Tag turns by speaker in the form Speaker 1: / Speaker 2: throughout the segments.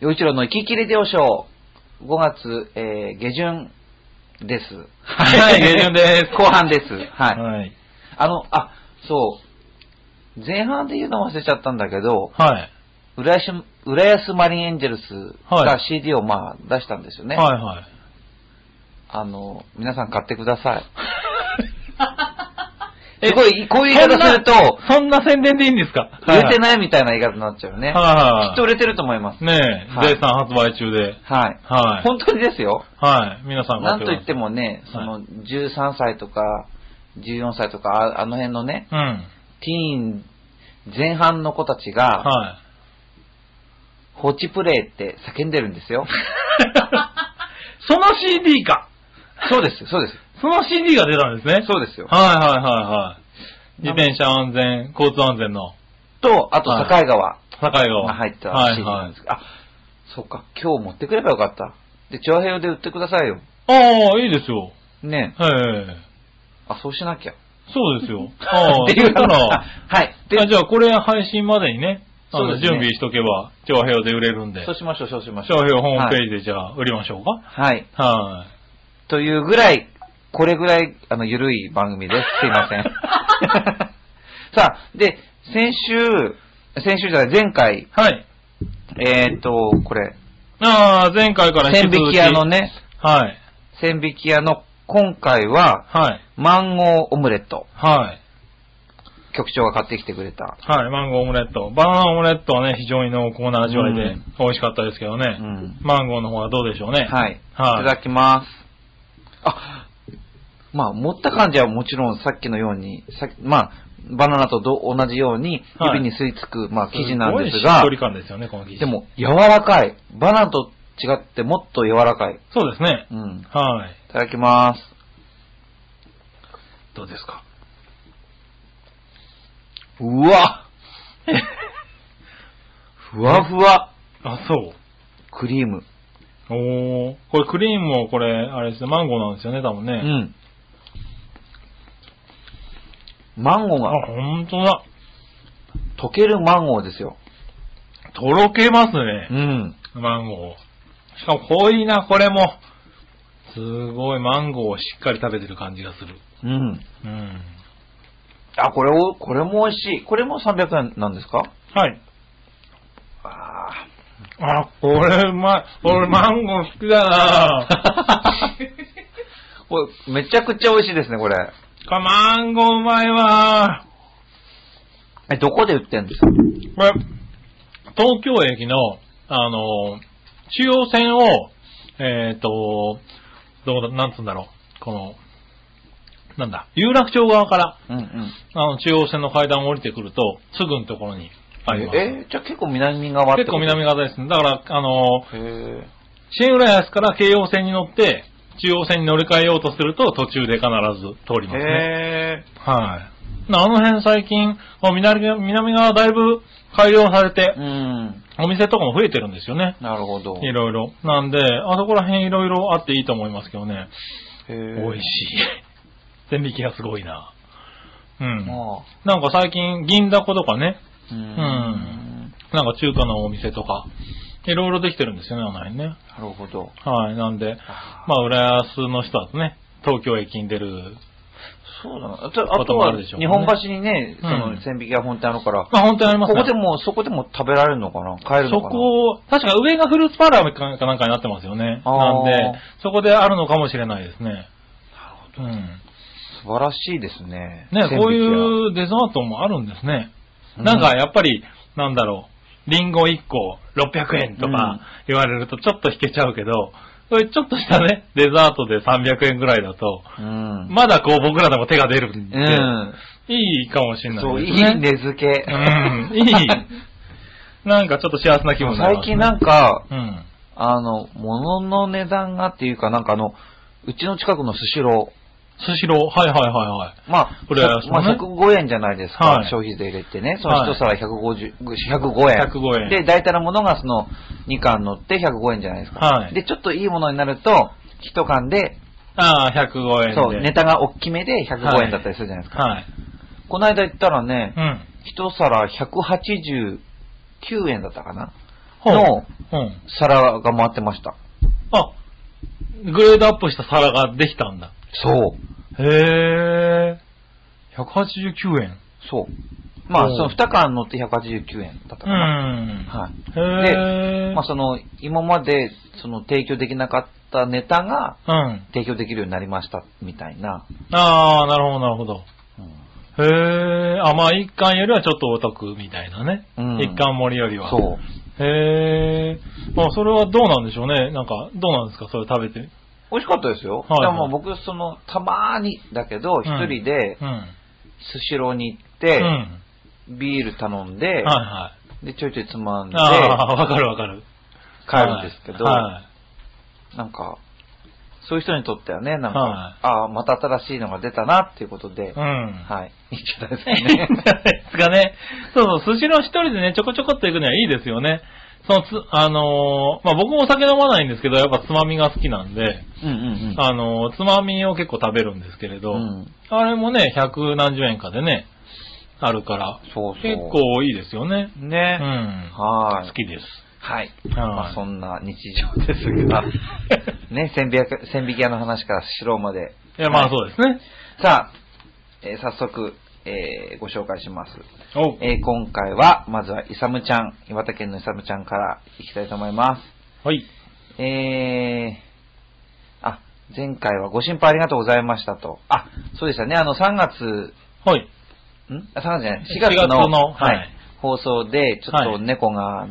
Speaker 1: 洋一郎の生き切りデオショー、5月、えー、下旬です。
Speaker 2: はい下旬 です
Speaker 1: 後半です。はい。
Speaker 2: はい。
Speaker 1: あの、あ、そう。前半で言うの忘れちゃったんだけど、
Speaker 2: はい。
Speaker 1: 浦安浦安マリンエンジェルス
Speaker 2: は
Speaker 1: が
Speaker 2: い
Speaker 1: CD をまあ出したんですよね。
Speaker 2: はいはい。
Speaker 1: あの、皆さん買ってください。
Speaker 2: え
Speaker 1: すごい、こういう言い方すると、
Speaker 2: そんな、そんな宣伝でいいんですか
Speaker 1: 売れて
Speaker 2: い。
Speaker 1: ないみたいな言い方になっちゃうよね。
Speaker 2: はい
Speaker 1: きっと売れてると思います。
Speaker 2: ねえ、
Speaker 1: はい
Speaker 2: 絶賛発売中で。
Speaker 1: はい。
Speaker 2: はい
Speaker 1: 本当にですよ。
Speaker 2: はい。皆さん
Speaker 1: なん
Speaker 2: 買
Speaker 1: と
Speaker 2: っ
Speaker 1: 言
Speaker 2: て
Speaker 1: って
Speaker 2: も。
Speaker 1: もね、そ
Speaker 2: は
Speaker 1: の13歳とか14歳とか、ああの辺のね、
Speaker 2: うん。
Speaker 1: ティーン前半の子たちが、
Speaker 2: は
Speaker 1: 放置プレイって叫んでるん ですよ。
Speaker 2: い。その CD か。
Speaker 1: そうです、そうです。
Speaker 2: その CD が出たんですね。
Speaker 1: そうですよ。
Speaker 2: はいはいはいはい。自転車安全、交通安全の
Speaker 1: と、あと、境
Speaker 2: はい
Speaker 1: 川
Speaker 2: 境川。
Speaker 1: が入った
Speaker 2: は
Speaker 1: シー
Speaker 2: い
Speaker 1: ンなん
Speaker 2: は
Speaker 1: で
Speaker 2: い
Speaker 1: す。けど、あ、そうか、今日持ってくればよかった。で、調和平で売ってくださいよ。
Speaker 2: ああ、いいですよ。
Speaker 1: ね
Speaker 2: へえ。
Speaker 1: あ、そうしなきゃ。
Speaker 2: そうで すよ。ああ、
Speaker 1: っていう
Speaker 2: そした ら
Speaker 1: はい。で
Speaker 2: あじゃあこれ配信までにね、あ
Speaker 1: そう
Speaker 2: の
Speaker 1: ですね
Speaker 2: 準備しとけば、長平で売れるんで
Speaker 1: そう、しましょう、そうしましょう。
Speaker 2: 長平ホームペ
Speaker 1: ジ。
Speaker 2: ージでじゃあ売りましょうか。
Speaker 1: はい。
Speaker 2: はい。
Speaker 1: というぐらい、これぐらい、あの、ゆるい番組です。すいま せん。さあ、で、先週、先週じゃない、前回、
Speaker 2: はい。
Speaker 1: えっ、ー、と、これ、
Speaker 2: ああ、前回から
Speaker 1: 千
Speaker 2: 引き続
Speaker 1: 匹
Speaker 2: き。
Speaker 1: 屋の。ね、
Speaker 2: はい。
Speaker 1: 千匹屋の今回は、
Speaker 2: はい。
Speaker 1: マンゴーオムレット、
Speaker 2: はい。
Speaker 1: 局長が買ってきてくれた。
Speaker 2: はい。マンゴーオムレット。バナナオムレットはね、非常に濃厚な味わいうで
Speaker 1: ん
Speaker 2: 美味しかったですけど
Speaker 1: う
Speaker 2: ね。
Speaker 1: ん。
Speaker 2: マンゴーの方はどうでしょうね。
Speaker 1: はい。い
Speaker 2: は
Speaker 1: た
Speaker 2: い
Speaker 1: だきます。あ、まあ、持った感じはもちろんさっきのように、さまあ、バナナとど同じように
Speaker 2: はい
Speaker 1: 指に吸い付く、まあ、生地なんです
Speaker 2: ごいしっ
Speaker 1: が
Speaker 2: と、り感ですよね、この生地。
Speaker 1: で。も柔らかい。バナナと違ってもっと柔らかい。
Speaker 2: そうですね。
Speaker 1: うん。
Speaker 2: はい。
Speaker 1: いただきます。
Speaker 2: どうですか
Speaker 1: うわ ふわふわ
Speaker 2: あ、そう。
Speaker 1: クリーム。
Speaker 2: おー。これクリームもこれ、あれですね、マンゴーなんですよね、多分ね。
Speaker 1: うん。マンゴー
Speaker 2: あ、
Speaker 1: が、
Speaker 2: ほんとだ。
Speaker 1: 溶けるマンゴーですよ。
Speaker 2: とろけます
Speaker 1: う
Speaker 2: ね、
Speaker 1: ん。
Speaker 2: マンゴー。しかも濃いな、これも。すごい、マンゴーをしっかり食べてる感じがする。
Speaker 1: うん。
Speaker 2: うん。
Speaker 1: あ、これを、これも美味しい。これも300円なんですか
Speaker 2: はい。
Speaker 1: ああ。
Speaker 2: あ、これうまい。俺、マンゴー好きだ な
Speaker 1: これ、めちゃくちゃ美味しいですね、これ。
Speaker 2: これマンゴーうまいわ
Speaker 1: え、どこで売ってんですか
Speaker 2: これ、東京駅の、あの、中央線を、えっ、と、どうだ、なんつうんだろう。この、なんだ、有楽町側から、
Speaker 1: うんうん。
Speaker 2: あの、中央線の階段を降りてくると、すぐのところにあります。
Speaker 1: え、じゃあ結構南側って
Speaker 2: 結
Speaker 1: こと
Speaker 2: 構南側ですね。だから、あの、
Speaker 1: へ
Speaker 2: 新浦安から京葉線に乗って、中央線に乗り換えようとすると、途中で必ず通り
Speaker 1: え。
Speaker 2: ますね。
Speaker 1: へえ。
Speaker 2: はい。なあの辺最近、こう南側南側だいぶ改良されて
Speaker 1: う、ん。
Speaker 2: お店とかも増えてるんですよね。
Speaker 1: なるほど。
Speaker 2: いろいろ。なんで、あそこら辺いろいろあっていいと思いますけどね。
Speaker 1: 美
Speaker 2: 美味
Speaker 1: い。
Speaker 2: しい。 線引きがすごいな。うん。
Speaker 1: あ
Speaker 2: なんか最近、銀だことかね、。
Speaker 1: あ。うん
Speaker 2: なんか中華のお店とか、いろいろできてるんですよね、あの辺ね。
Speaker 1: なるほど。
Speaker 2: はい、なんで、
Speaker 1: あ
Speaker 2: まあ、浦安の人だとね、東京駅に出る。
Speaker 1: そうだな。あとあと
Speaker 2: こともあ
Speaker 1: は、
Speaker 2: るでしょう
Speaker 1: 日
Speaker 2: ね
Speaker 1: 本橋にね、そ
Speaker 2: うん
Speaker 1: の、千匹屋本店あるから、
Speaker 2: まあ、本当にありま
Speaker 1: こ
Speaker 2: すね。
Speaker 1: こでも、そこでも食べられるのかな買える
Speaker 2: そ
Speaker 1: のかな
Speaker 2: こを、確か上がフルーツパーラーかなんかになってますよね。
Speaker 1: あー
Speaker 2: なんで、そこであるのかもしれないですね。うん。
Speaker 1: 素晴らしいですね。
Speaker 2: ね、
Speaker 1: 千
Speaker 2: こう
Speaker 1: 匹屋
Speaker 2: いうデザートもあるんですね。
Speaker 1: うん
Speaker 2: なんかやっぱり、なんだろう、リンゴ1個600円と
Speaker 1: うん
Speaker 2: か言われるとちょっと引けちゃうけど、これちょっとしたね、デザートで300円ぐらいだと、
Speaker 1: うん。
Speaker 2: まだこう僕らでも手が出るんで、
Speaker 1: うん。
Speaker 2: いいかもしれな
Speaker 1: そう、
Speaker 2: い
Speaker 1: い
Speaker 2: です
Speaker 1: い
Speaker 2: ね。
Speaker 1: 根付け。
Speaker 2: うん、い い。なんかちょっと幸せな気分になり
Speaker 1: 最
Speaker 2: ます、
Speaker 1: 近な
Speaker 2: ね。
Speaker 1: んか、
Speaker 2: うん。
Speaker 1: あの、物の値段がっていうか、なんかあの、うちの近くのスシロー、
Speaker 2: スシロー、はいはいはいはい。
Speaker 1: まあ、
Speaker 2: これは
Speaker 1: そまあ、
Speaker 2: ね
Speaker 1: 105円じゃないですか、
Speaker 2: はい
Speaker 1: 消費税入れてね。そ
Speaker 2: は
Speaker 1: の
Speaker 2: い
Speaker 1: 一皿150 105円。
Speaker 2: 105円
Speaker 1: で、大体のものがその2缶乗って105円じゃないですか。
Speaker 2: はい
Speaker 1: で、ちょっといいものになると、1缶で、
Speaker 2: ああ、105円で。
Speaker 1: そう、ネタが大きめで105
Speaker 2: は
Speaker 1: 円
Speaker 2: い
Speaker 1: だったりするじゃないですか。
Speaker 2: はい。
Speaker 1: この間行ったらね
Speaker 2: う、ん。
Speaker 1: 1皿189円だったかな。の
Speaker 2: ほううん。
Speaker 1: 皿が回ってました。
Speaker 2: あ、グレードアップした皿ができたんだ。
Speaker 1: そう。
Speaker 2: へえ。189円。
Speaker 1: そう。まあ、
Speaker 2: おう
Speaker 1: その2缶乗って189円だったか
Speaker 2: う
Speaker 1: な。
Speaker 2: ん。
Speaker 1: はい。
Speaker 2: へえ。
Speaker 1: まあ、その、今まで、その、提供できなかったネタが、
Speaker 2: うん。
Speaker 1: 提供できるようになりました、みたいな。
Speaker 2: ああ、なるほど、なるほど。
Speaker 1: うん
Speaker 2: へえ、あ、まあ、一貫よりはちょっとお得みたいなね。
Speaker 1: うん
Speaker 2: 一貫盛りよりは。
Speaker 1: そう。
Speaker 2: う。へえ、まあ、それはどうなんでしょうね。なんか、どうなんですか、それ食べて。
Speaker 1: 美味しかったですよ。
Speaker 2: はい
Speaker 1: でも僕、その、たまーに、だけど、一人で
Speaker 2: う、ん。
Speaker 1: スシローに行っ
Speaker 2: う
Speaker 1: て、
Speaker 2: ん。
Speaker 1: ビール頼んで、
Speaker 2: はいはい。
Speaker 1: で、ちょいちょいつまんで、
Speaker 2: ああ、わかるわかる。
Speaker 1: 帰るんですけど、
Speaker 2: はい。
Speaker 1: なんか、そういう人にとってはね、なんか、
Speaker 2: はい
Speaker 1: ああ、また新しいのが出たなっていうことで、
Speaker 2: うん。
Speaker 1: はい、いいんじゃないです
Speaker 2: いいん
Speaker 1: か
Speaker 2: じゃ
Speaker 1: ね。
Speaker 2: ないですかね。そうそう、スシロー一人でね、ちょこちょこっと行くにはいいですよね。そのつ、あのーまあ、僕もお酒飲まないんですけど、やっぱつまみが好きなんで、
Speaker 1: うんうん
Speaker 2: あのーつまみを結構食べるんですけれ
Speaker 1: う
Speaker 2: ど、
Speaker 1: ん。うん、
Speaker 2: あれもね、百何十円かでね、あるから、
Speaker 1: そうそう。
Speaker 2: 結。構いいですよね。う
Speaker 1: ね。
Speaker 2: ん。
Speaker 1: はい。
Speaker 2: 好きです。
Speaker 1: はい。
Speaker 2: はい
Speaker 1: まあそんな日常です が、ね、千引き千引き屋の話から白まで。
Speaker 2: いや、まあそうですね。
Speaker 1: さあ、えー早速、えーご紹介します。
Speaker 2: お
Speaker 1: えー今回は、まずは、イサムちゃん、岩手県のイサムちゃんからいきたいと思いま
Speaker 2: はい。
Speaker 1: す。えー、あ、前回はご心配ありがとうございましたと。あ、そうでしたね、あの、3月、
Speaker 2: はい。
Speaker 1: んあ、3月じゃない、4
Speaker 2: 4
Speaker 1: 月
Speaker 2: 月
Speaker 1: の、
Speaker 2: の
Speaker 1: は
Speaker 2: はい
Speaker 1: い、放送で、ちょっ
Speaker 2: は
Speaker 1: と
Speaker 2: い
Speaker 1: 猫が、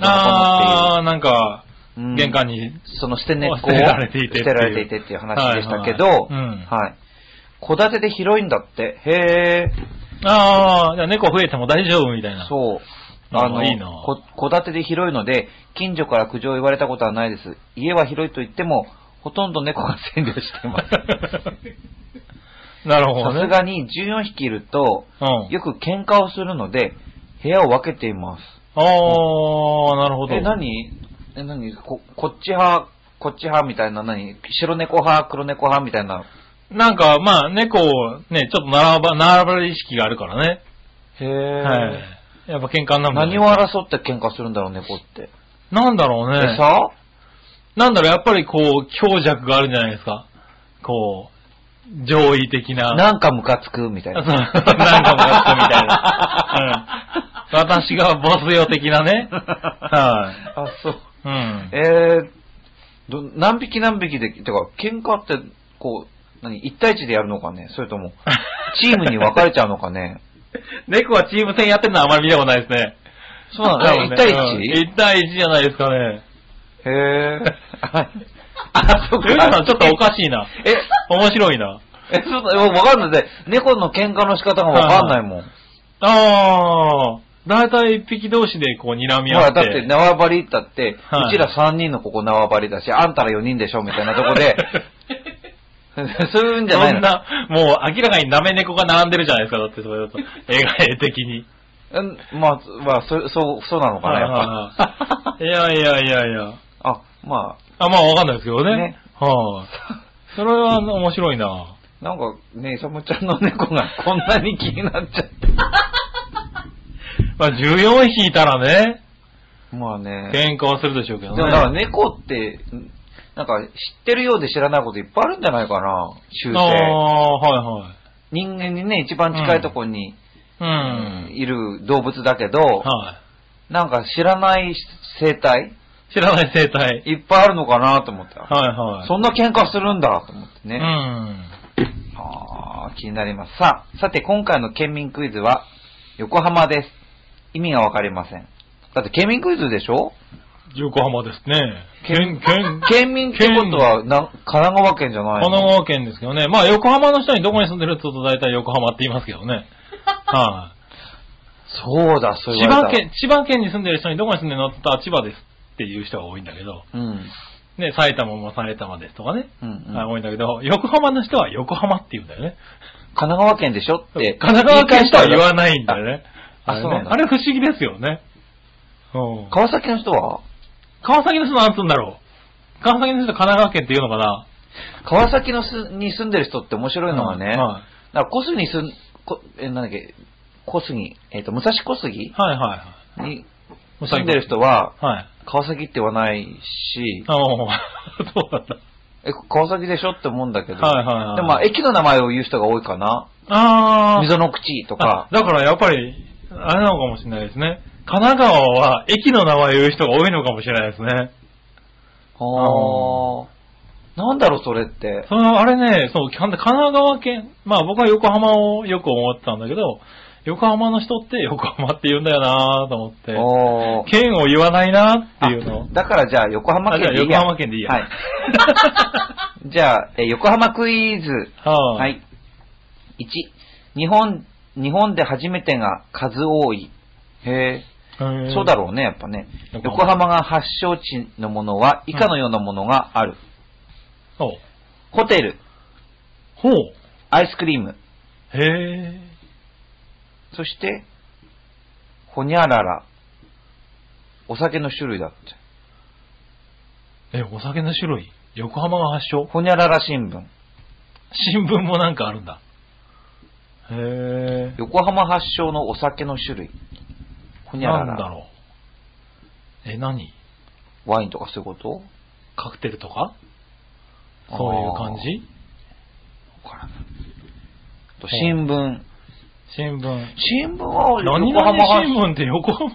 Speaker 2: あー、なんか、
Speaker 1: どうのっていう、うん
Speaker 2: 玄関に
Speaker 1: その捨て猫を
Speaker 2: 捨てられていてっていう
Speaker 1: 捨てられていてっていう話でしたけど、は
Speaker 2: はいいはいうん
Speaker 1: 戸建てで広いんだって。へー。
Speaker 2: ああ、じゃあ猫増えても大丈夫みたいな。
Speaker 1: そう。
Speaker 2: あ
Speaker 1: あの、
Speaker 2: いいな
Speaker 1: こ戸建てで広いので、近所から苦情を言われたことはないです。家は広いと言っても、ほとんど猫が占領して ます。
Speaker 2: なるほど
Speaker 1: さ
Speaker 2: ね。
Speaker 1: すがに14匹いると、
Speaker 2: うん。
Speaker 1: よく喧嘩をするので、部屋を分けています。
Speaker 2: ああ、なるほど。
Speaker 1: え、何え、何こ、こっち派、こっち派みたいな、何白猫派、黒猫派みたいな。
Speaker 2: なんか、まあ、猫をね、ちょっと並ば、並ばれる意識があるからね。
Speaker 1: へ
Speaker 2: はい。やっぱ喧嘩になるもんね
Speaker 1: 何を争って喧嘩するんだろう、猫って。
Speaker 2: なんだろうね。
Speaker 1: 餌
Speaker 2: なんだろう、やっぱりこう、強弱があるんじゃないですか。こう、上位的な。
Speaker 1: なんかムカつくみたい
Speaker 2: そう
Speaker 1: な。
Speaker 2: なんかもやったみたい な。うん。私がボスよ的なね。はい。
Speaker 1: あ、そう。
Speaker 2: うん。
Speaker 1: えー、ど何匹何匹で、てか、喧嘩って、こう、何、一対一でやるのかねそれと も、チームに分かれちゃうのかね
Speaker 2: 猫はチーム戦やってるのはあまり見たことないですね。
Speaker 1: そうなの、
Speaker 2: 多分ね
Speaker 1: 一対
Speaker 2: うん一対一じゃないですかね。
Speaker 1: 一へ ー。あ、そう
Speaker 2: ルイさ
Speaker 1: か
Speaker 2: ん。ちょっとおかしいな。
Speaker 1: え、
Speaker 2: 面白いな。
Speaker 1: え、そうだ、わかんないで、猫の喧嘩の仕方がわかんないもん。
Speaker 2: あー。だいたい一匹同士でこう睨
Speaker 1: ほ
Speaker 2: み合
Speaker 1: ら、
Speaker 2: って。
Speaker 1: だって縄張りだって、
Speaker 2: はいう
Speaker 1: ちら3人のここ縄張りだし、あんたら4人でしょみたいなとこ で、そういうんじゃない
Speaker 2: そ
Speaker 1: の
Speaker 2: ん。な、もう明らかにダメ猫が並んでるじゃないですか、だってそれだと。映画絵的に。
Speaker 1: うん、まあ、まあ、そ、そう、そうなのかな、やっぱ。
Speaker 2: いやいやいやいや。
Speaker 1: あ、 ま
Speaker 2: あ、まあわかんないですけどね。
Speaker 1: ね
Speaker 2: はい、それは面白いな。
Speaker 1: あ、なんかね、イサムちゃんの猫がこんなに気になっち ゃっ
Speaker 2: まあ14匹いたらね、
Speaker 1: た。まあね。
Speaker 2: 喧嘩はするでしょう
Speaker 1: で
Speaker 2: けど
Speaker 1: も
Speaker 2: ね。
Speaker 1: だから猫って、なんか知ってるようで知らないこといっぱいあるんじゃないかな、習
Speaker 2: あ
Speaker 1: 性。
Speaker 2: あ、はいはい。
Speaker 1: 人間にね、一番近いとこに
Speaker 2: うん。
Speaker 1: いる動物だけど、
Speaker 2: は
Speaker 1: なんか知らない生態
Speaker 2: い。知らない生態。
Speaker 1: いっぱいあるのかなと思った。
Speaker 2: はいはい。
Speaker 1: そんな喧嘩するんだと思ってね。
Speaker 2: うん。
Speaker 1: あー気になります。さあ、さて今回の県民クイズは、横浜です。意味がわかりません。だって県民クイズでしょ
Speaker 2: 横浜ですね。県、県、
Speaker 1: 県民ってことはな、神奈川県じゃない
Speaker 2: 神
Speaker 1: の
Speaker 2: 奈川県ですけどね。まあ横浜の人にどこに住んでるって言うと大体横浜って言いますけ どね。はい、
Speaker 1: そうだ、そう言
Speaker 2: 千
Speaker 1: わ
Speaker 2: 葉
Speaker 1: れた
Speaker 2: 県、千葉県に住んでる人にどこに住んでるのって言ったら千葉ですっていう人が多いんだけど。
Speaker 1: うん。
Speaker 2: ね、埼玉も埼玉ですとかね。
Speaker 1: うんうん
Speaker 2: はい多いんだけど、横浜の人は横浜って言うんだよね。
Speaker 1: 神奈川県でしょって。
Speaker 2: 神奈川県人は言わないんだよね。
Speaker 1: あ
Speaker 2: れね
Speaker 1: そうなんだ
Speaker 2: あれ不思議ですよね。うん
Speaker 1: 川崎の人は
Speaker 2: 川崎の人なんつうんだろう。川崎の人神奈川県って言うのかな。
Speaker 1: 川崎のすに住んでる人って面白いのがね、
Speaker 2: はいは
Speaker 1: だから小杉に住ん、こえなんだっけ、小杉、えっ、と、武蔵小杉
Speaker 2: いはいはい。
Speaker 1: に、
Speaker 2: おっしゃ
Speaker 1: 住
Speaker 2: る
Speaker 1: ん
Speaker 2: 通
Speaker 1: で
Speaker 2: り
Speaker 1: る人は、
Speaker 2: はい。
Speaker 1: 川崎って言わないし、
Speaker 2: あ の、そうなんだ。
Speaker 1: え、川崎でしょって思うんだけど、
Speaker 2: はいはいはい
Speaker 1: でもまあ、駅の名前を言う人が多いかな。
Speaker 2: あー
Speaker 1: 溝の口と
Speaker 2: あ
Speaker 1: か。、
Speaker 2: だからやっぱり、あれなのかもしれないですね。神奈川は駅の名前を言う人が多いのかもしれないですね。
Speaker 1: ああ。なんだろう、それって。
Speaker 2: そのあれね、そう、神神奈川県、まあ僕は横浜をよく思ってたんだけど、横浜の人って横浜って言うんだよなと思って、
Speaker 1: おー
Speaker 2: 県を言わないなっていうの。
Speaker 1: だからじゃあ、横浜
Speaker 2: あじゃ
Speaker 1: 県で
Speaker 2: あ
Speaker 1: いい
Speaker 2: 横
Speaker 1: や。
Speaker 2: 浜県でいいや。
Speaker 1: はい。じゃあ、え横浜クイズ。
Speaker 2: は。
Speaker 1: はいい。1、日本、日本で初めてが数多い。へえ。そうだ
Speaker 2: ろ
Speaker 1: ろうね、やっぱね。
Speaker 2: 横
Speaker 1: 横浜が発祥地のものは以下のようなものがある。
Speaker 2: う。
Speaker 1: ホテル、
Speaker 2: ほう。
Speaker 1: アイスクリーム、
Speaker 2: へえ。
Speaker 1: そして、ほにゃらら。お酒の種類だって。
Speaker 2: え、お酒の種類横浜が発祥
Speaker 1: ほにゃらら新聞。
Speaker 2: 新聞もなんかあるんだ。へえ。
Speaker 1: 横浜発祥のお酒の種類。ほにゃら
Speaker 2: なんだ
Speaker 1: ら。
Speaker 2: ろう。え、何
Speaker 1: ワインとかそういうこと
Speaker 2: カクテルとかそういう感じ
Speaker 1: わからないと新聞。
Speaker 2: 新聞。
Speaker 1: 新聞は
Speaker 2: 何
Speaker 1: 横浜
Speaker 2: 々
Speaker 1: 発
Speaker 2: 新聞って横浜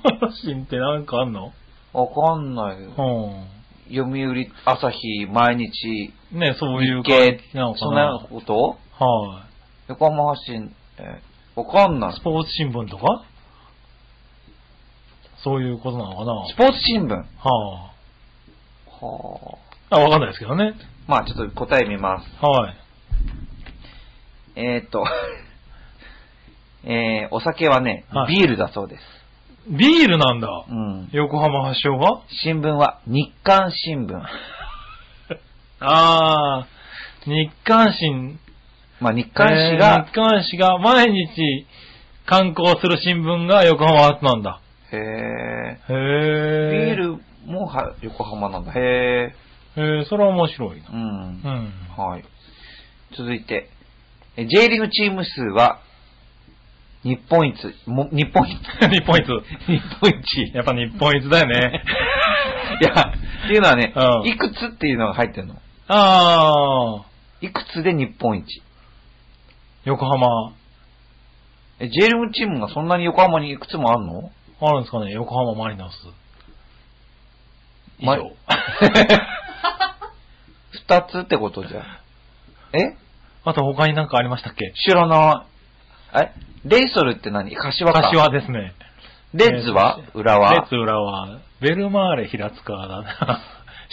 Speaker 2: 新ってなんかあんの
Speaker 1: わかんないよ。
Speaker 2: う
Speaker 1: 読売、朝日、毎日、
Speaker 2: ん。ね、そういう
Speaker 1: 日経
Speaker 2: 感じなの、
Speaker 1: そ
Speaker 2: か
Speaker 1: んな
Speaker 2: な。
Speaker 1: こと
Speaker 2: は
Speaker 1: 横浜発信、えーわかんない
Speaker 2: い。ス。ポーツ新聞とかそういうことなのかな
Speaker 1: スポーツ新聞。は
Speaker 2: は
Speaker 1: あ。
Speaker 2: あ。あ、わかんないですけどね。
Speaker 1: まあちょっと答え見ます。
Speaker 2: はい。
Speaker 1: えー、っと、 えー、お酒はね、
Speaker 2: はい
Speaker 1: ビールだそうです。
Speaker 2: ビールなんだ。
Speaker 1: うん。
Speaker 2: 横浜発祥が
Speaker 1: 新聞は日刊新聞。
Speaker 2: あー、日刊新。
Speaker 1: まあ日刊紙が
Speaker 2: えー、日刊紙が毎日刊行する新聞が横浜発なんだ。
Speaker 1: へ
Speaker 2: へ
Speaker 1: え。ビ
Speaker 2: え。
Speaker 1: ールもは横浜なんだ。へえ。
Speaker 2: へえ、それは面白いな。
Speaker 1: うん
Speaker 2: う。ん。
Speaker 1: はい。続いて、え J リーグチーム数は、日本一、も日本一。
Speaker 2: 日本一。
Speaker 1: 日本一。
Speaker 2: やっぱ日本一だよね。
Speaker 1: いや、っていうのはね、
Speaker 2: うん
Speaker 1: いくつっていうのが入ってるの。
Speaker 2: ああ、
Speaker 1: いくつで日本一。
Speaker 2: 横浜、
Speaker 1: え J リーグチームがそんなに横浜にいくつもあるの
Speaker 2: あるんですかね横浜マリノス。以上。
Speaker 1: ま 二つってことじゃん。え
Speaker 2: あと他になんかありましたっけ
Speaker 1: 知らない。えレイソルって何柏か。
Speaker 2: 柏ですね。
Speaker 1: レッズは
Speaker 2: えー
Speaker 1: 浦和
Speaker 2: レッズ浦和。ベルマーレ平塚だな。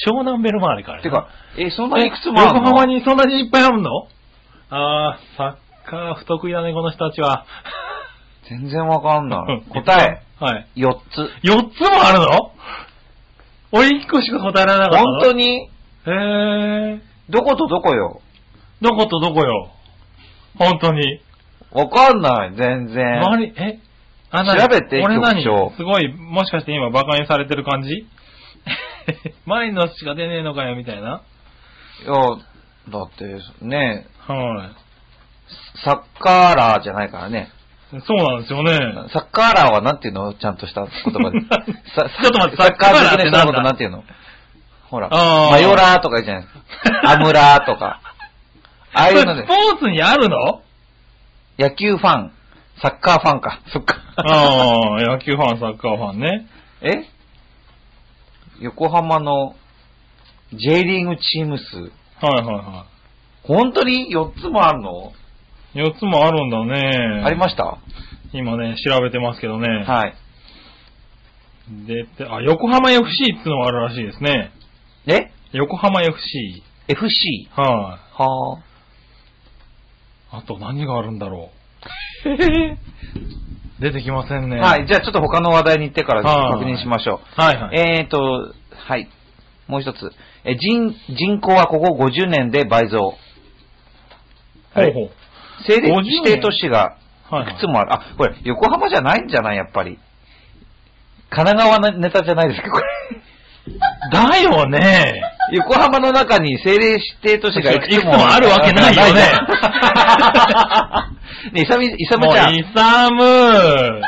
Speaker 2: 湘南ベルマーレから、ね。
Speaker 1: てか、え、そんなに
Speaker 2: え、
Speaker 1: いくつもあるの
Speaker 2: 横浜にそんなにいっぱいあるのああ、サッカー不得意だね、この人たちは。
Speaker 1: 全然わかんない。答え、。
Speaker 2: はい。
Speaker 1: 4つ。
Speaker 2: 4つもあるの俺1個しか答えられなかった。
Speaker 1: 本当に
Speaker 2: へえ。
Speaker 1: どことどこよ
Speaker 2: どことどこよ。本当に。
Speaker 1: わかんない、全然。
Speaker 2: 周り、えあなに
Speaker 1: 調べて
Speaker 2: 俺何
Speaker 1: 局長
Speaker 2: すごい、もしかして今バカにされてる感じ 前のしか出ねえのかよ、みたいな。
Speaker 1: いや、だって、ね、
Speaker 2: は
Speaker 1: サッカーラーじゃないからね。
Speaker 2: い。そうなんですよね。。
Speaker 1: サッカーラーはなんていうのちゃんとした言葉でさ
Speaker 2: ちょっと待って
Speaker 1: サッカー好きな人のこと
Speaker 2: サッカーラーってなんだ
Speaker 1: なんていうのほら、
Speaker 2: あー
Speaker 1: マヨラーとかいいじゃないですか。アムラーとか。ああいうので
Speaker 2: これ、スポーツにあるの
Speaker 1: 野球ファン、サッカーファンか。そっか。
Speaker 2: ああ、野球ファン、サッカーファンね。
Speaker 1: え横浜の J リーグチーム数。
Speaker 2: はいはいは
Speaker 1: 本当に4つもあるの、
Speaker 2: い。4つもあるんだね。
Speaker 1: ありました
Speaker 2: 今ね、調べてますけどね。
Speaker 1: はい。
Speaker 2: で、であ、横浜 FC ってのがあるらしいですね。
Speaker 1: え
Speaker 2: 横浜 FC。
Speaker 1: ?FC?
Speaker 2: はい、
Speaker 1: は
Speaker 2: あ。と何があるんだろ
Speaker 1: あ。
Speaker 2: う。出てきませんね。
Speaker 1: はい、。じゃあちょっと他の話題に行ってから
Speaker 2: はい
Speaker 1: 確認しましょ
Speaker 2: はいは
Speaker 1: う。
Speaker 2: い。
Speaker 1: えーと、はい。もう一つ。え人、人口はここ50年で倍増。はい
Speaker 2: ほう
Speaker 1: 政令
Speaker 2: 50年
Speaker 1: 指定都市が
Speaker 2: ほう。はいい、
Speaker 1: くつもある。あ、これ、横浜じゃないんじゃないやっぱり。神奈川のネタじゃないですか、これ。
Speaker 2: だよね。
Speaker 1: 横浜の中に政令指定都市がいくつも
Speaker 2: いくつもあるわけないよね。
Speaker 1: ね、いさみ、いさむ
Speaker 2: も
Speaker 1: ちゃ
Speaker 2: う、
Speaker 1: ん
Speaker 2: イ。サム。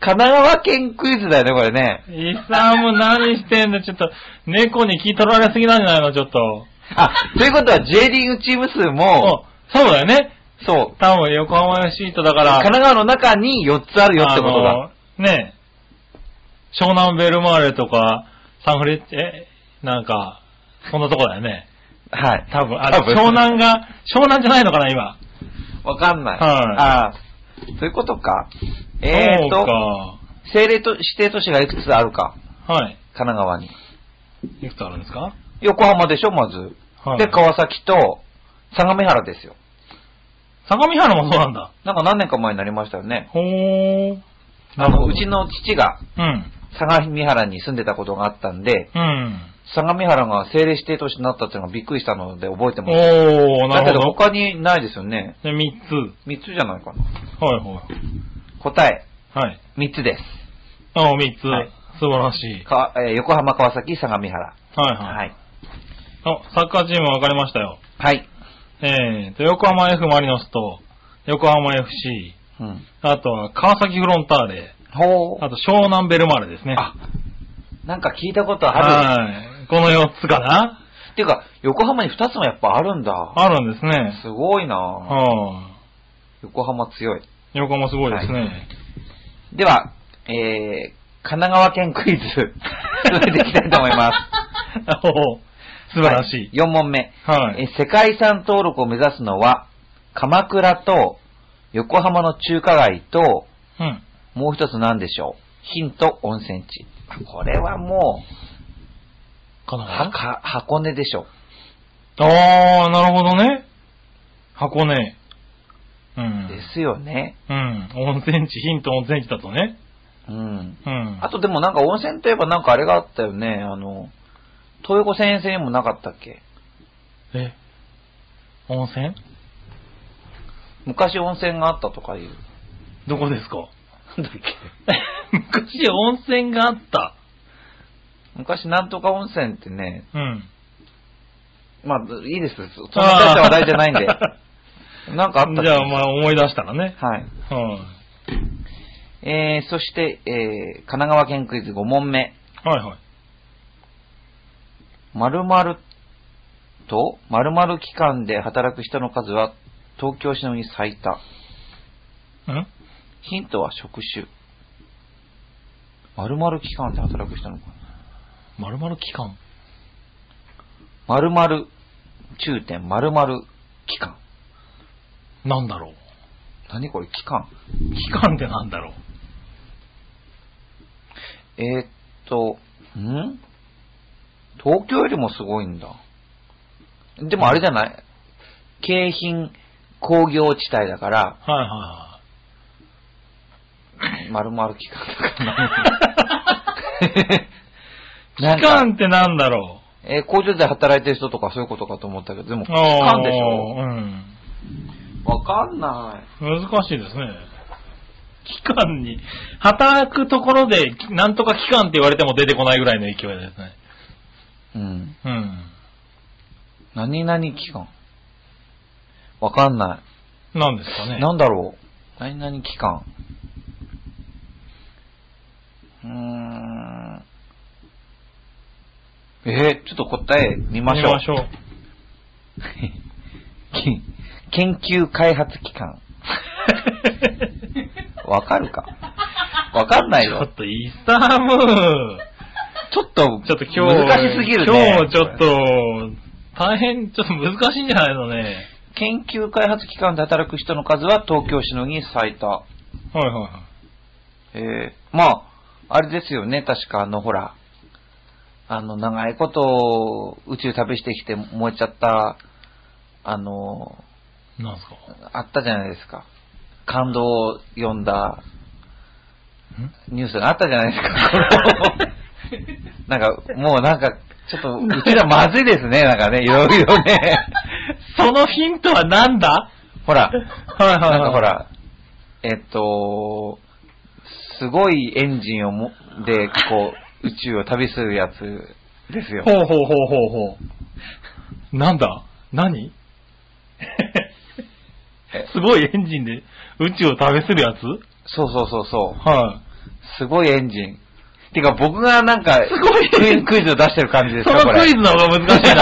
Speaker 1: 神奈川県クイズだよね、これね。
Speaker 2: イサム何してんだ、ちょっと、猫に気取られすぎなんじゃないの、ちょっと。
Speaker 1: あ、ということは J リーグチーム数も、
Speaker 2: そうだよね。
Speaker 1: そう。
Speaker 2: 多分横浜ヨシートだから。
Speaker 1: 神奈川の中に4つあるよってことだ。
Speaker 2: あのねえ湘南ベルマーレとか、サンフレッチェ、え、なんか、そんなとこだよね。
Speaker 1: はい。
Speaker 2: 多分、あ、湘南が、湘南じゃないのかな、今。
Speaker 1: わかんない。
Speaker 2: はい
Speaker 1: ああ。そういうことか。えー
Speaker 2: そう
Speaker 1: と、
Speaker 2: か。
Speaker 1: 政令と指定都市がいくつあるか。
Speaker 2: はい。
Speaker 1: 神奈川に。
Speaker 2: いくつあるんですか
Speaker 1: 横浜でしょ、まず。
Speaker 2: はい。
Speaker 1: で、川崎と、相模原ですよ。
Speaker 2: 相模原もそうなんだ。
Speaker 1: なんか何年か前になりましたよね。
Speaker 2: ほー。
Speaker 1: あの、うち。の父が
Speaker 2: うん。
Speaker 1: 相模原に住んでたことがあったんで、
Speaker 2: うん。
Speaker 1: 相模原が政令指定都市になったっていうのがびっくりしたので覚えて
Speaker 2: お
Speaker 1: ます。
Speaker 2: ー、な
Speaker 1: だけ
Speaker 2: る
Speaker 1: ど
Speaker 2: ほど。
Speaker 1: 他にないですよね。
Speaker 2: で、3つ。
Speaker 1: 3つじゃないかな。
Speaker 2: はいは
Speaker 1: 答え、
Speaker 2: い。はい。
Speaker 1: 3つです。
Speaker 2: あ、3つ
Speaker 1: はい。
Speaker 2: 素晴らしい。
Speaker 1: かえー横浜、川崎、相模原。
Speaker 2: はいは。
Speaker 1: はいい。
Speaker 2: あ、サッカーチーム分かりましたよ。
Speaker 1: はい。
Speaker 2: えーと、横浜 F ・マリノスと、横浜 FC、
Speaker 1: うん。
Speaker 2: あとは川崎フロンターレ、
Speaker 1: ほう
Speaker 2: あ。と湘南ベルマーレですね。
Speaker 1: あ、なんか聞いたことある。
Speaker 2: はい。この4つかな
Speaker 1: っていうか、横浜に2つもやっぱあるんだ。
Speaker 2: あるんですね。
Speaker 1: すごいなぁ
Speaker 2: は
Speaker 1: 横浜強い。
Speaker 2: い。横浜すごいですね。
Speaker 1: では、えー、神奈川県クイズ、続いていきたいと思い ます。
Speaker 2: おお素晴らしい。
Speaker 1: 4問目。
Speaker 2: は
Speaker 1: え
Speaker 2: い。
Speaker 1: ー世界遺産登録を目指すのは、鎌倉と横浜の中華街と、
Speaker 2: うん。
Speaker 1: もう一つ何でしょうヒント温泉地。これはも
Speaker 2: か
Speaker 1: う、は
Speaker 2: な
Speaker 1: か箱根でしょう。
Speaker 2: あー、なるほどね。箱根。うん。
Speaker 1: ですよね。
Speaker 2: うん。温泉地、ヒント温泉地だとね。
Speaker 1: うん。
Speaker 2: うん。
Speaker 1: あとでもなんか温泉といえばなんかあれがあったよね。あの、東横線沿線にもなかったっけ
Speaker 2: え温泉
Speaker 1: 昔温泉があったとかいう。
Speaker 2: どこですか
Speaker 1: なんだ っけ
Speaker 2: 昔温泉があった。
Speaker 1: 昔なんとか温泉ってね、
Speaker 2: うん。
Speaker 1: まあいいです。そんな大した話題じゃないんで。 なんかあったっけ
Speaker 2: じゃあ、まあ思い出したらね。
Speaker 1: はい。
Speaker 2: は
Speaker 1: えー、そして、えー、神奈川県クイズ5問目。
Speaker 2: い。はいはい。
Speaker 1: 〇〇と〇〇期間で働く人の数は東京市のに最多。
Speaker 2: うん
Speaker 1: ヒントは職種。〇〇期間で働く人の数。
Speaker 2: まるまる期間。
Speaker 1: 〇〇中点〇〇期間。
Speaker 2: なんだろう。
Speaker 1: 何これ期間
Speaker 2: 期間ってなんだろう。
Speaker 1: えー、っと、ん東京よりもすごいんだ。でもあれじゃない京浜工業地帯だから、
Speaker 2: はいは
Speaker 1: 丸々期間だか
Speaker 2: い
Speaker 1: ら
Speaker 2: はい。
Speaker 1: なん
Speaker 2: 期
Speaker 1: か
Speaker 2: 間ってなんだろ
Speaker 1: えー工場で働いてる人とかそういうことかと思ったけど、でも、
Speaker 2: う。
Speaker 1: 期間でし
Speaker 2: お
Speaker 1: ょ
Speaker 2: ーうん。
Speaker 1: わかんな
Speaker 2: 難しいですね。期間に、働くところで、なんとか期間って言われても出てこないぐらいの勢いですね。
Speaker 1: い。うん。
Speaker 2: うん。
Speaker 1: 何々期間わかんな
Speaker 2: なんですか
Speaker 1: い。
Speaker 2: ね。
Speaker 1: なんだろう何々期間うーん。えー、ちょっと答え見ましょう。
Speaker 2: 見ましょう。
Speaker 1: き研究開発期間。わかるかわかんない
Speaker 2: ちょ
Speaker 1: よ
Speaker 2: っ。と、イサム。
Speaker 1: ちょっと、
Speaker 2: ちょっと今日、
Speaker 1: 難しすぎるね。
Speaker 2: 今日ちょっと、大変、ちょっと難しいんじゃないのね。
Speaker 1: 研究開発機関で働く人の数は東京市のに最多。
Speaker 2: はいはいはい。
Speaker 1: えー、まあ、あれですよね、確かあの、ほら、あの、長いこと宇宙旅してきて燃えちゃった、あの、
Speaker 2: なんすか
Speaker 1: あったじゃないですか。感動を呼んだ
Speaker 2: ん
Speaker 1: ニュースがあったじゃないですか。なんか、もうなんか、ちょっと、うちらまずいですね、なんかね、いろいろね。
Speaker 2: そのヒントはなんだ
Speaker 1: ほら、
Speaker 2: はいはいはい。
Speaker 1: なんかほ。ら、えっと、すごいエンジンをも、で、こ う、宇宙を旅するやつですよ
Speaker 2: ほ。うほうほうほうほう。なんだ何
Speaker 1: え
Speaker 2: すごいエンジンで宇宙を旅するやつ
Speaker 1: そうそうそうそ
Speaker 2: は
Speaker 1: すごいエンジン。てか僕がなんか、
Speaker 2: すごい
Speaker 1: クイズクイズを出してる感じです
Speaker 2: そ
Speaker 1: かこ
Speaker 2: の
Speaker 1: れ。
Speaker 2: クイズの方が難 しい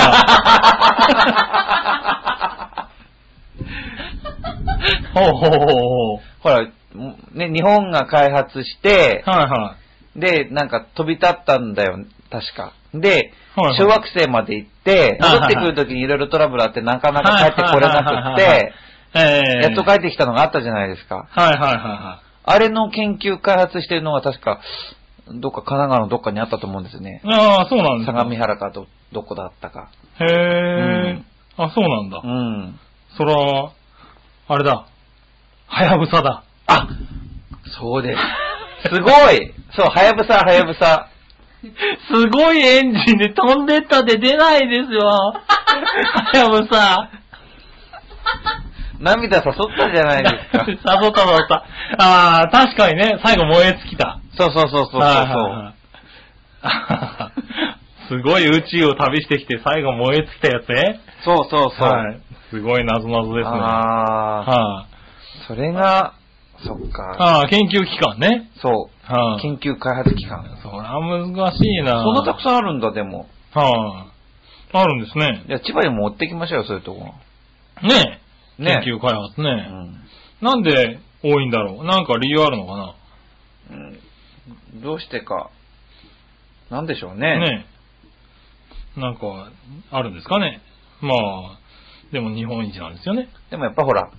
Speaker 2: な。 ほうほうほうほう。
Speaker 1: ほら、ね、日本が開発して、
Speaker 2: はいは
Speaker 1: で、なんか飛び立ったんだよ、確か。で、
Speaker 2: はいはい
Speaker 1: 小学生まで行って、
Speaker 2: はい
Speaker 1: 戻っ
Speaker 2: はい
Speaker 1: てくるときにいろいろトラブルあって、なかなか帰ってこれなく
Speaker 2: は
Speaker 1: っ
Speaker 2: いはいはいい。え
Speaker 1: て、
Speaker 2: え
Speaker 1: やっと帰ってきたのがあったじゃないですか。
Speaker 2: はいはいはいは
Speaker 1: あれの研究開発してるのが確か、どっか神奈川のどっかにあったと思うんですよね
Speaker 2: い。。ああ、そうなんですか
Speaker 1: 相模原かど、どこだったか。
Speaker 2: へえ、
Speaker 1: うん
Speaker 2: あ、そうなんだ
Speaker 1: う。ん。
Speaker 2: それは、あれだ。はやぶ さだ。
Speaker 1: あそうです。すごいそう、はやぶさ、はやぶさ。
Speaker 2: すごいエンジンで飛んでったで出ないですよ。はやぶさ。
Speaker 1: 涙誘ったじゃないです か。
Speaker 2: さぞたぞた。ああ、確かにね、最後燃え尽きた。
Speaker 1: そうそうそうそうそう
Speaker 2: はい
Speaker 1: そう。
Speaker 2: はいはいすごい宇宙を旅してきて最後燃え尽きたやつね。
Speaker 1: そうそうそう。
Speaker 2: はい。すごい謎謎ですね。はい、
Speaker 1: ああ、それが、そっか。
Speaker 2: ああ、研究機関ね。
Speaker 1: そ
Speaker 2: は
Speaker 1: う。
Speaker 2: い、
Speaker 1: 研究開発機関。
Speaker 2: そりゃ難しいな
Speaker 1: そんなたくさんあるんだ、でも。
Speaker 2: はい、あ。るんですね。
Speaker 1: いや、千葉にも持ってきましょうよ、そういうとこ。
Speaker 2: ねえ。
Speaker 1: ね
Speaker 2: 研究開発ね
Speaker 1: う、ん。
Speaker 2: なんで多いんだろうなんか理由あるのかな
Speaker 1: うんどうしてか。なんでしょうね。
Speaker 2: ねえ。なんか、あるんですかねまあ、でも日本一なんですよね。
Speaker 1: でもやっぱほら、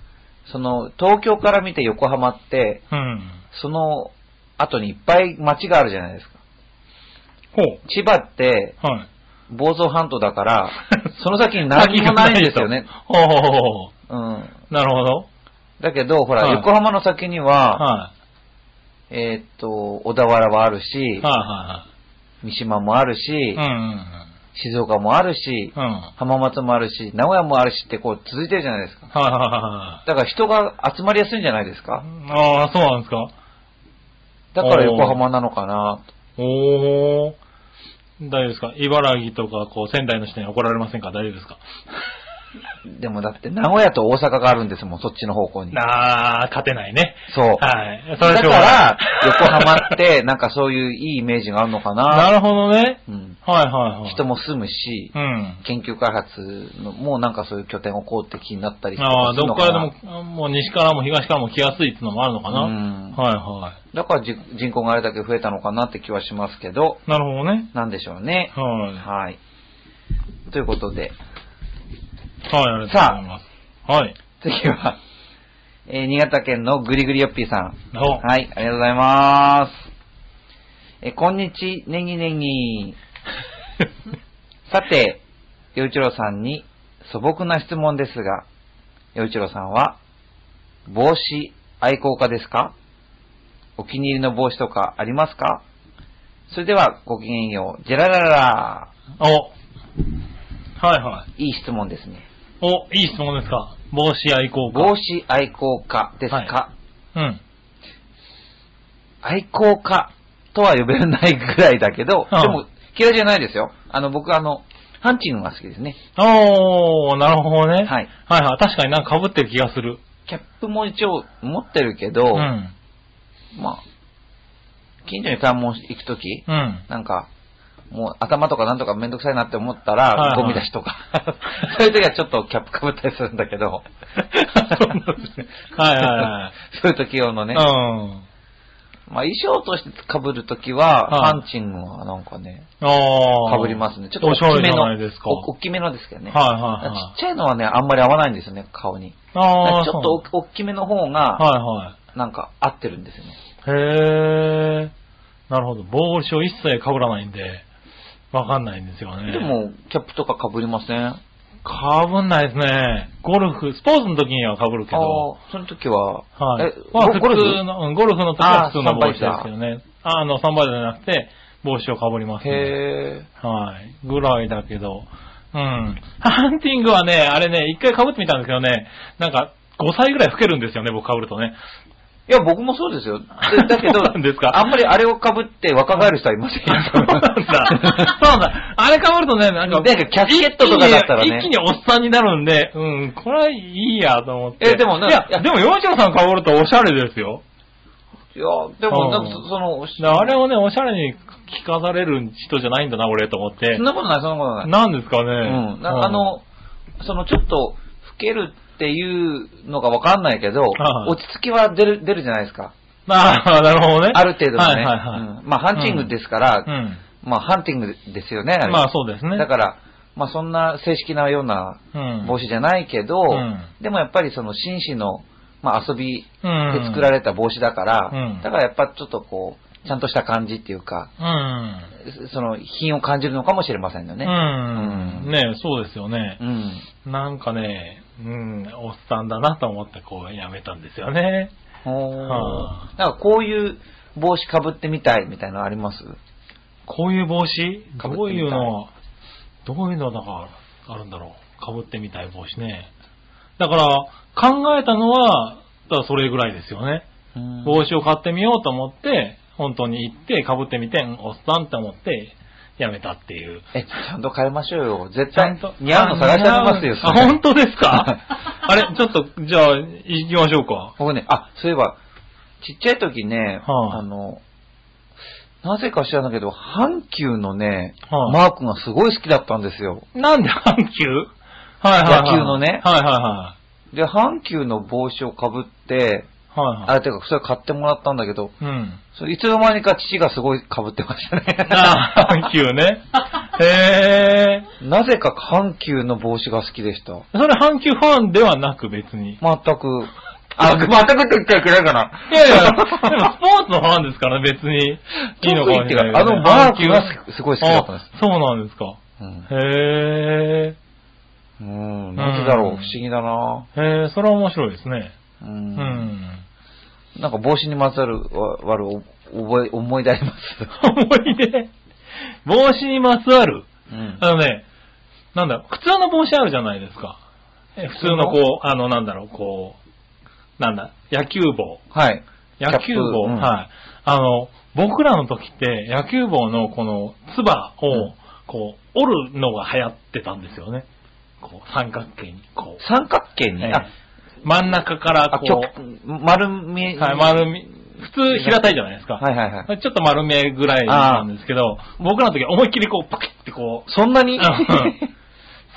Speaker 1: その、東京から見て横浜って、
Speaker 2: うん。
Speaker 1: その後にいっぱい街があるじゃないですか。
Speaker 2: ほ
Speaker 1: 千葉って、
Speaker 2: う。はい。
Speaker 1: 房総半島だ から、その先に 何にもないんですよね。
Speaker 2: ほうほうほう
Speaker 1: う
Speaker 2: ほ
Speaker 1: ん。
Speaker 2: う。なるほど。
Speaker 1: だけど、ほら、
Speaker 2: はい
Speaker 1: 横浜の先には、
Speaker 2: は
Speaker 1: えーっと、小田原はある
Speaker 2: い。
Speaker 1: し、
Speaker 2: は
Speaker 1: 三島もある
Speaker 2: い
Speaker 1: し、
Speaker 2: はいはい。
Speaker 1: 静岡もあるし、
Speaker 2: うんうんうん。うん。はい
Speaker 1: 浜松もあるし、名古屋もあるしってこう続いてるじゃないですか。
Speaker 2: はいは
Speaker 1: だから人が集まりやすいんじゃないです
Speaker 2: い
Speaker 1: か。
Speaker 2: はい。ああ、そうなんですか
Speaker 1: だから横浜なのかなと
Speaker 2: おお。大丈夫ですか茨城とか、こう、仙台の人に怒られませんか大丈夫ですか
Speaker 1: でもだって名古屋と大阪があるんですもん、そっちの方向に。
Speaker 2: なあ、勝てないね。
Speaker 1: そう。
Speaker 2: はい。それは
Speaker 1: だ
Speaker 2: し
Speaker 1: か
Speaker 2: ょうがない
Speaker 1: ら、横浜っ、て なんかそういういいイメージがあるのか
Speaker 2: な
Speaker 1: な。
Speaker 2: るほどね。
Speaker 1: うん、
Speaker 2: はいはいはい。
Speaker 1: 人。も住むし
Speaker 2: う、ん。
Speaker 1: 研究開発のもなんかそういう拠点をこうって気になったりと
Speaker 2: あ
Speaker 1: か
Speaker 2: あ、
Speaker 1: する
Speaker 2: ど
Speaker 1: の
Speaker 2: っから
Speaker 1: か
Speaker 2: で
Speaker 1: な。
Speaker 2: も、もう西からも東からも来やすいっていうのもあるのかな。
Speaker 1: うん
Speaker 2: はいは
Speaker 1: だからじ人口があれだけ増えたのかなって気はしますけど、
Speaker 2: い。なるほどね。
Speaker 1: なんでしょうね。
Speaker 2: はい。はい、
Speaker 1: はい。ということで、
Speaker 2: ありがとうございます。はい。
Speaker 1: 次は、えー新潟県のぐりぐりよっぴーさん。
Speaker 2: どうも
Speaker 1: はい、ありがとうございます。えーこんにち、ねぎねぎ。さて、洋一郎さんに素朴な質問ですが、洋一郎さんは、帽子愛好家ですかお気に入りの帽子とかありますかそれでは、ごきげんよう。ジェララララ
Speaker 2: お。はいはい。
Speaker 1: いい質問ですね。
Speaker 2: お、いい質問ですか帽子愛好家。
Speaker 1: 帽子愛好家ですか、
Speaker 2: はうん。
Speaker 1: 愛好家とは呼べないぐらいだけど、
Speaker 2: うん
Speaker 1: でも嫌いじゃないですよ。あの、僕あの、ハンチングが好きですね。
Speaker 2: おー、なるほどね。
Speaker 1: はい。
Speaker 2: はいはい。確かになんか被ってる気がする。
Speaker 1: キャップも一応持ってるけど、
Speaker 2: うん。
Speaker 1: まあ、近所に買い物行くとき、
Speaker 2: うん。
Speaker 1: なんか、もう頭とかなんとかめんどくさいなって思ったら、
Speaker 2: はいはい
Speaker 1: ゴミ出しとか。 そういう時はちょっとキャップかぶったりするんだけ ど。
Speaker 2: そうなんですねはいはいはい。
Speaker 1: そういう時用のね。
Speaker 2: うん。
Speaker 1: まあ衣装としてかぶるときは、
Speaker 2: は
Speaker 1: ハ
Speaker 2: い
Speaker 1: ンチングはなんかね、
Speaker 2: ああ。
Speaker 1: かぶりますね。ちょっと
Speaker 2: おしゃ
Speaker 1: 大き
Speaker 2: れ
Speaker 1: め
Speaker 2: じゃ
Speaker 1: の
Speaker 2: ないです、か。
Speaker 1: お大きめのですけどね。
Speaker 2: はいはいは
Speaker 1: ちっちゃいのはね、あんまり合わないんですよね、顔に。
Speaker 2: い。ああ。
Speaker 1: ちょっと大き大きめの方が、
Speaker 2: は
Speaker 1: なんか合ってるんですよね。
Speaker 2: いはい。へえ。なるほど。帽子を一切被らないんで、わかんないんですよね。
Speaker 1: で、も、キャップとかかぶりませんあ
Speaker 2: 被んないですね。ゴルフ、スポーツの時には被るけ
Speaker 1: あ
Speaker 2: ど。、
Speaker 1: その時は、
Speaker 2: はい
Speaker 1: え。
Speaker 2: まあ
Speaker 1: ゴゴル
Speaker 2: 普通
Speaker 1: フ
Speaker 2: の、うんゴルフの時は普通の帽子
Speaker 1: あー
Speaker 2: ですけどね。あの、サンバイザーじゃなくて、帽子を被りますね。
Speaker 1: へえ。
Speaker 2: はい。ぐらいだけど。うん。ハンティングはね、あれね、一回被ってみたんですけどね、なんか、5歳ぐらい老けるんですよね、僕被るとね。
Speaker 1: いや、僕もそうですよ。でだけ
Speaker 2: そ
Speaker 1: ど
Speaker 2: う なんですか、
Speaker 1: あんまりあれをかぶって若返る人はいませんよ。
Speaker 2: そうな んだ。そうなんだ。あれ被るとね、なん
Speaker 1: な
Speaker 2: か、
Speaker 1: んかキャスケットとかだったらね
Speaker 2: 一気におっさんになるんで、うん、これはいいやと思って。
Speaker 1: えでもないいや
Speaker 2: や、でも、洋一郎さん被るとおしゃれですよ。
Speaker 1: いや、でも、なんか
Speaker 2: う
Speaker 1: そ
Speaker 2: ん
Speaker 1: その、
Speaker 2: だあれをね、おしゃれに着飾れる人じゃないんだな、俺、と思って
Speaker 1: そん。なことない、そんなことない。
Speaker 2: なんですかね。
Speaker 1: うん。なあの、そのちょっと、老けるっていうのがわかんないけど、
Speaker 2: はい
Speaker 1: 落ち着きは出る、出るじゃないですか。
Speaker 2: ああ、なるほどね。
Speaker 1: ある程度のね。
Speaker 2: はいはいはい。
Speaker 1: うんまあ、ハンティングですから、
Speaker 2: うん。
Speaker 1: まあ、ハンティングですよね。れ
Speaker 2: まあそうですね。
Speaker 1: だから、まあ、そんな正式なような
Speaker 2: うん、
Speaker 1: 帽子じゃないけど、
Speaker 2: うん
Speaker 1: でもやっぱりその紳士の、まあ、遊びで
Speaker 2: うん
Speaker 1: 作られた帽子だから、
Speaker 2: うん
Speaker 1: だからやっぱちょっとこう、ちゃんとした感じっていうか、
Speaker 2: うん。
Speaker 1: その品を感じるのかもしれませんよね。
Speaker 2: うん。
Speaker 1: うん
Speaker 2: ねそうですよね。
Speaker 1: うん。
Speaker 2: なんかね、うん、おっさんだなと思ってこうやめたんですよね。
Speaker 1: ほー
Speaker 2: は
Speaker 1: なんかこういう帽子かぶってみたいみたいなのあります
Speaker 2: こういう帽子
Speaker 1: かぶ
Speaker 2: ど
Speaker 1: っ
Speaker 2: う
Speaker 1: てみたい
Speaker 2: いうの、どういうのだからあるんだろう。かぶってみたい帽子ね。だから、考えたのは、ただそれぐらいですよね。帽子を買ってみようと思って、本当に行って、かぶってみて、うんおっさんって思って、やめたっていう。
Speaker 1: え、ちゃんと変えましょうよ。絶
Speaker 2: ちゃ
Speaker 1: 対
Speaker 2: んと。
Speaker 1: 似合うの探してありますよ。
Speaker 2: あ、本
Speaker 1: 当
Speaker 2: 当ですかあれ、ちょっと、じゃあ、行きましょうか。
Speaker 1: 僕ね、あ、そういえば、ちっちゃい時ね、
Speaker 2: はい
Speaker 1: あの、なぜか知らないけど、阪急のね、
Speaker 2: はい
Speaker 1: マークがすごい好きだったんですよ。
Speaker 2: なんで阪急はいはいはい。
Speaker 1: 野球のね
Speaker 2: はいは
Speaker 1: で、阪急の帽子をかぶって、
Speaker 2: いはい。はいは
Speaker 1: あ
Speaker 2: い。
Speaker 1: れてか、それ買ってもらったんだけど、
Speaker 2: うん。
Speaker 1: それいつの間にか父がすごいかぶってましたね。
Speaker 2: あー阪急 ね。へえ。
Speaker 1: なぜか阪急の帽子が好きでした。
Speaker 2: それ阪急ファンではなく別に。
Speaker 1: 全く。 あ、全くって言っちゃいけないかな。
Speaker 2: いやいや、でもスポ ーツのファンですから別に。いいのかもしれないけどね、
Speaker 1: あのマークが
Speaker 2: 阪急
Speaker 1: すすごい好きだったんです。
Speaker 2: あそうなんですか。へえ。
Speaker 1: うん。うん。なんでだろう、
Speaker 2: うん
Speaker 1: 不思議だな
Speaker 2: へえ、それは面白いですね。
Speaker 1: う。
Speaker 2: うんん。
Speaker 1: なんか帽子にまつわる、わわるお覚え、思い出あります。
Speaker 2: 思い出。帽子にまつわる。
Speaker 1: うん。
Speaker 2: あのね、なんだろう、普通の帽子あるじゃないですか。え普通の
Speaker 1: 普通
Speaker 2: こう、あの、なんだろう、こう、なんだ、野球帽。
Speaker 1: はい。
Speaker 2: 野球帽、
Speaker 1: キャップうん
Speaker 2: はい。あの、僕らの時って野球帽のこの、つば
Speaker 1: う
Speaker 2: を
Speaker 1: ん、
Speaker 2: こう、折るのが流行ってたんですよね。こう、三角形に、こう。
Speaker 1: 三角形に、
Speaker 2: ええ
Speaker 1: あ、
Speaker 2: 真ん中から
Speaker 1: あ、
Speaker 2: こう、
Speaker 1: 曲、丸見え。
Speaker 2: はい、丸み、普通平たいじゃないですか。
Speaker 1: はいはいはい。
Speaker 2: ちょっと丸めぐらいなんですけど、僕らの時は思いっきりこう、パキってこう、
Speaker 1: そんなに
Speaker 2: あうん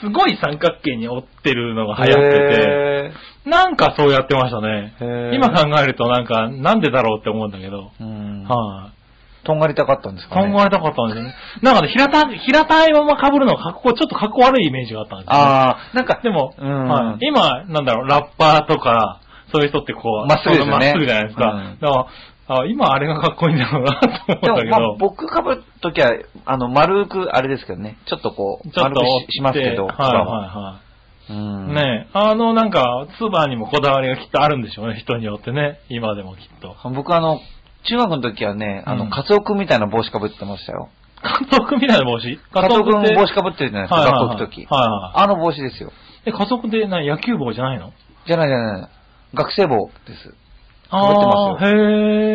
Speaker 2: すごい三角形に折ってるのが流行ってて、なんかそうやってましたね
Speaker 1: へー。
Speaker 2: 今考えるとなんか、なんでだろうって思うんだけど。
Speaker 1: て。うん。
Speaker 2: はい、
Speaker 1: とんがりたかったんですか
Speaker 2: 考
Speaker 1: ね。
Speaker 2: えたかったんですよね。なんかね、平た、平たいまま被るのが格好、ちょっと格好悪いイメージがあったんですよ、ね。
Speaker 1: ああ、なんか、
Speaker 2: でも、
Speaker 1: うん
Speaker 2: はい今、なんだろう、ラッパーとか、そういう人ってこう、
Speaker 1: まっすぐですよね
Speaker 2: まっすぐじゃないですか。
Speaker 1: うん
Speaker 2: だからあ、今あれがかっこいいんだろうな
Speaker 1: で
Speaker 2: と思っ
Speaker 1: も
Speaker 2: たけ
Speaker 1: まあ
Speaker 2: ど。
Speaker 1: 僕かぶるときは、あの、丸く、あれですけどね、ちょっとこう、
Speaker 2: ちょっ
Speaker 1: 丸
Speaker 2: と
Speaker 1: く
Speaker 2: 折って
Speaker 1: ししますけど、
Speaker 2: はい
Speaker 1: 僕らは
Speaker 2: は
Speaker 1: うん
Speaker 2: いはい。ねえあのなんか、ツバにもこだわりがきっとあるんでしょうね、人によってね。今でもきっと。
Speaker 1: 僕あの、中学の時はね、あ
Speaker 2: う
Speaker 1: の、
Speaker 2: ん
Speaker 1: カツオ君みたいな帽子かぶってましたよ。
Speaker 2: 家族みたいな帽子
Speaker 1: カツオ君
Speaker 2: って
Speaker 1: 帽子かぶってるじゃないですか、
Speaker 2: はいは
Speaker 1: 学
Speaker 2: い
Speaker 1: 校
Speaker 2: はい
Speaker 1: 行く時。
Speaker 2: はいは
Speaker 1: あの帽子ですよ。
Speaker 2: い。え、家族でな野球帽じゃないの
Speaker 1: じゃないじゃないじゃない。学生帽です。
Speaker 2: ああ、へ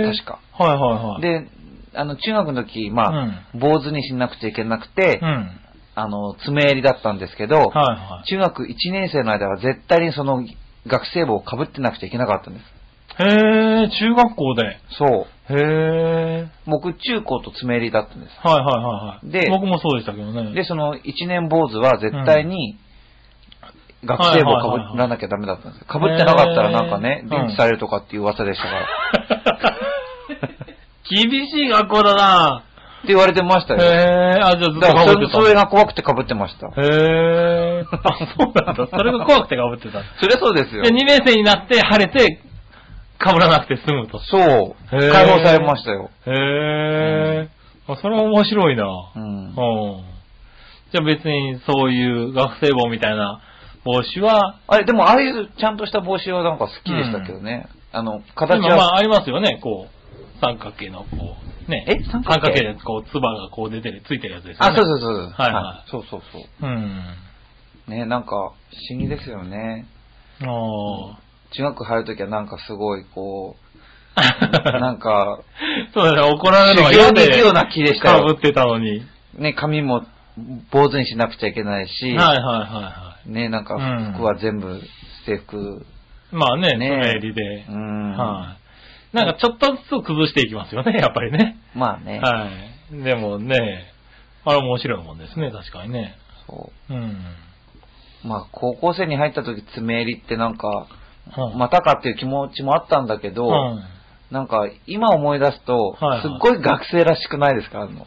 Speaker 2: え。
Speaker 1: 確か。
Speaker 2: はいはいはい。、
Speaker 1: で、あの、中学の時、まあ、坊主にしなくちゃいけなくて
Speaker 2: う、ん。
Speaker 1: あの、爪襟だったんですけど、
Speaker 2: はいは
Speaker 1: 中学1年生の間は絶対にその学生帽をかぶってなくちゃいけなかったんで
Speaker 2: い。へえ、中学校で。へ
Speaker 1: す。そう。
Speaker 2: え。はい
Speaker 1: 僕、中高と爪襟だったんです。
Speaker 2: はいはいはい。
Speaker 1: で
Speaker 2: 僕もそうでしたけどね。
Speaker 1: で、その一年坊主は絶対に学生帽をかぶらなきゃダメだったんですよ。かぶってなかったらなんかね、
Speaker 2: へー
Speaker 1: リンチされるとかっていう噂でしたから。っ
Speaker 2: 厳しい学校だな
Speaker 1: て言われてました
Speaker 2: へ
Speaker 1: よ。
Speaker 2: え、あ、じゃあずっと
Speaker 1: だから
Speaker 2: 被
Speaker 1: そ
Speaker 2: って
Speaker 1: れ、
Speaker 2: た。
Speaker 1: それが怖くてかぶってました。
Speaker 2: へえ。 あ、そうなんだ。それが怖くて被ってた。
Speaker 1: そりゃそうですよ
Speaker 2: で、。2年生になって晴れて、被らなくて済むと。
Speaker 1: そう。
Speaker 2: へー
Speaker 1: 解放されましたよ。
Speaker 2: へえ。あ、それは面白いな
Speaker 1: うん。
Speaker 2: うん。じゃあ別にそういう学生帽みたいな帽子は、
Speaker 1: あれ、でもああいうちゃんとした帽子はなんか好きでしたけどね。あの、形
Speaker 2: 今ま
Speaker 1: は。
Speaker 2: あありますよね、こう、三角形のこう、ね。
Speaker 1: え三角形
Speaker 2: でこう、つばがこう出てる、ついてるやつですよ
Speaker 1: あ、
Speaker 2: ね。
Speaker 1: そうそうそう。
Speaker 2: はいはい
Speaker 1: そうそうそ
Speaker 2: うん。
Speaker 1: う。ね、なんか、不思議ですよね。
Speaker 2: あ
Speaker 1: 中学入るときはなんかすごい、こう、
Speaker 2: あ。
Speaker 1: なんか、
Speaker 2: そうだね、怒られるのが嫌で。
Speaker 1: 修行に行くような気でしたよ
Speaker 2: 被ってたのに。
Speaker 1: ね、髪も坊主にしなくちゃいけないし、
Speaker 2: はいはいはいは
Speaker 1: ね、なんか
Speaker 2: うん
Speaker 1: 服は全部制服、
Speaker 2: い。まあね、
Speaker 1: ね
Speaker 2: 爪襟で。
Speaker 1: うん
Speaker 2: はなんかちょっとずつ崩していきますよね、やっぱりね。
Speaker 1: まあね。
Speaker 2: はい。でもね、あれ面白いもんですね、確かにね。
Speaker 1: そ
Speaker 2: うん。
Speaker 1: う。まあ、高校生に入った時、爪襟ってなんか、
Speaker 2: はい
Speaker 1: またかっていう気持ちもあったんだけど、
Speaker 2: う
Speaker 1: なんか、今思い出すと、
Speaker 2: はいはい
Speaker 1: すっごい学生らしくないですかあの、
Speaker 2: ん。ね、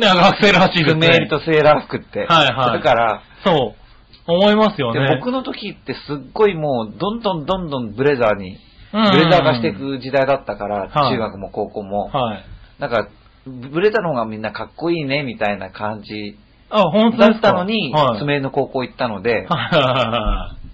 Speaker 2: 学生らしいです
Speaker 1: 爪
Speaker 2: ね。
Speaker 1: 襟とセーラー服って。
Speaker 2: はいはい
Speaker 1: だから、
Speaker 2: そう。思いますよ
Speaker 1: で
Speaker 2: ね。
Speaker 1: 僕の時ってすっごいもう、どんどんどんどんブレザーに、
Speaker 2: ブ
Speaker 1: ブレザー化してい。く時代だったから、
Speaker 2: はい
Speaker 1: 中学も高校も。
Speaker 2: はい。
Speaker 1: だから、ブレザーの方がみんなかっこいいね、みたいな感じ
Speaker 2: あ、本当
Speaker 1: だ
Speaker 2: です
Speaker 1: っ
Speaker 2: か
Speaker 1: たのに、
Speaker 2: はい
Speaker 1: 爪の高校行ったので、
Speaker 2: はいはいはい。